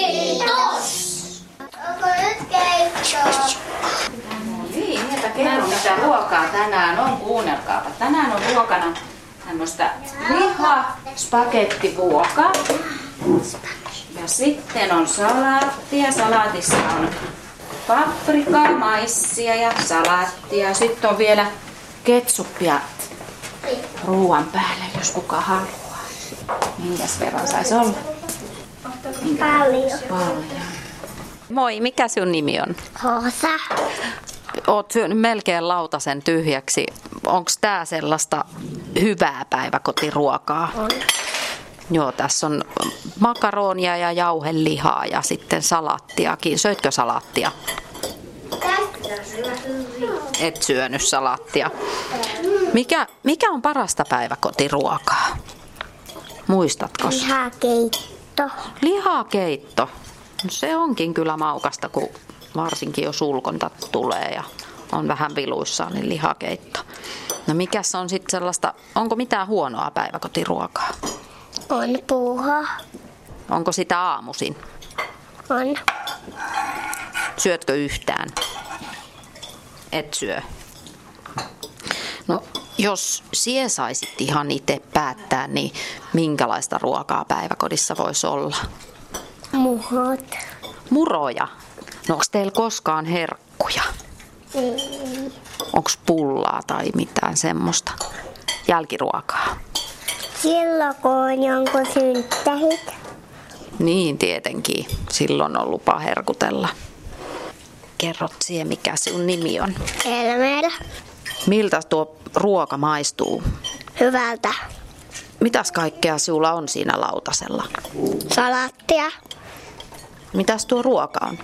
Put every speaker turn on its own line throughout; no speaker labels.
Niin, tänään on, kuunnelkaapa, tänään on ruokana tämmöistä liha spagettivuokaa. Ja sitten on salaattia. Salaatissa on paprikaa, maissia ja salaattia. Sitten on vielä ketsuppia ruoan päälle, jos kuka haluaa. Minkäs verran saisi olla?
Paljon.
Paljon. Moi, mikä sun nimi on?
Hoosa.
Oot syönyt melkein lautasen tyhjäksi. Onko tää sellaista hyvää päiväkotiruokaa?
On.
Joo, tässä on makaronia ja jauhelihaa ja sitten salattiakin. Söitkö salattia? Et syönyt salattia. Mikä, mikä on parasta päiväkotiruokaa? Muistatko?
Lihakeitto.
Lihakeitto. No Se onkin kyllä maukasta, kun varsinkin jos ulkonta tulee ja on vähän viluissaan, niin lihakeitto. No mikäs on sitten sellaista, onko mitään huonoa päiväkotiruokaa?
On puuha.
Onko sitä aamuisin?
On.
Syötkö yhtään? Et syö. No, jos sie saisit ihan itse päättää, niin minkälaista ruokaa päiväkodissa voisi olla?
Muhot.
Muroja. No onko teillä koskaan herkkuja?
Ei.
Onko pullaa tai mitään semmoista? Jälkiruokaa.
Silloin kun on jonkun synttärit.
Niin tietenkin. Silloin on lupa herkutella. Kerrot sie, mikä sun nimi on.
Elmer.
Miltä tuo ruoka maistuu?
Hyvältä.
Mitäs kaikkea sinulla on siinä lautasella?
Salattia.
Mitäs tuo ruoka on?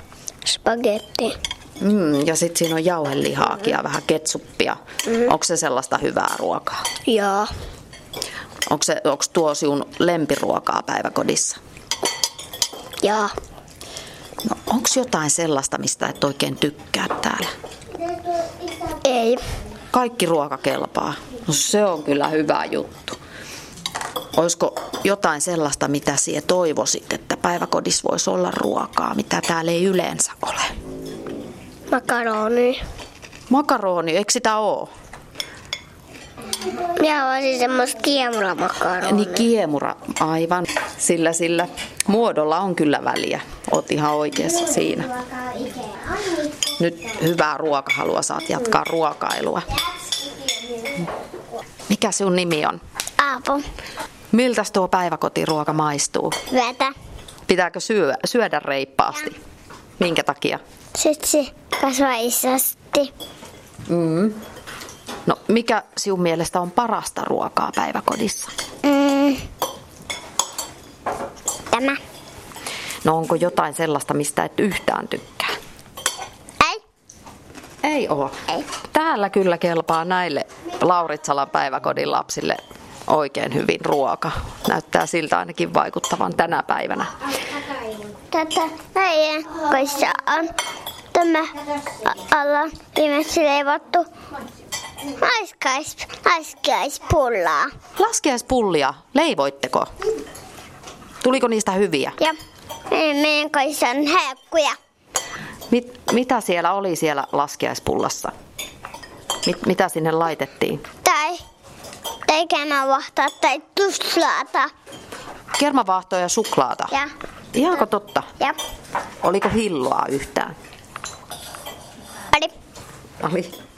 Spagetti.
Mm, ja sitten siinä on jauhelihaakin ja vähän ketsuppia. Onko se sellaista hyvää ruokaa?
Joo.
Onko, se, onko tuo sinun lempiruokaa päiväkodissa?
Joo.
No, onko jotain sellaista, mistä et oikein tykkää täällä?
Ei.
Kaikki ruoka kelpaa. No se on kyllä hyvä juttu. Olisiko jotain sellaista, mitä sinä toivoisit, että päiväkodissa voisi olla ruokaa, mitä täällä ei yleensä ole?
Makaroni.
Makaroni, eikö sitä ole?
Minä olisin semmoista kiemuramakaroni.
Niin kiemura, aivan. Sillä sillä muodolla on kyllä väliä. Oot ihan oikeassa siinä. Nyt hyvää ruokahalua, saat jatkaa ruokailua. Mikä sun nimi on?
Aapu.
Miltäs tuo päiväkotiruoka maistuu?
Vetä.
Pitääkö syö, syödä reippaasti? Minkä takia?
Sitten se kasvaa isosti.
Mm. No, mikä sinun mielestä on parasta ruokaa päiväkodissa?
Mm. Tämä.
No onko jotain sellaista, mistä et yhtään tykkää?
Ei.
Ei oo.
Ei.
Täällä kyllä kelpaa näille Lauritsalan päiväkodin lapsille oikein hyvin ruoka. Näyttää siltä ainakin vaikuttavan tänä päivänä.
Tätä näin, koissa on tämä a- alla viimeksi leivottu aiskais, aiskaispullaa.
Laskiaispullia, leivoitteko? Tuliko niistä hyviä?
Ja meidän- meidän koissa on häkkuja.
Mit, mitä siellä oli siellä laskiaispullassa? Mit, mitä sinne laitettiin?
Tai, tai kämävahtaa tai tuslaata.
Kermavaahtoa ja suklaata.
Ja,
Ihanko totta?
ja,
Oliko hilloa yhtään?
oli.
Oli.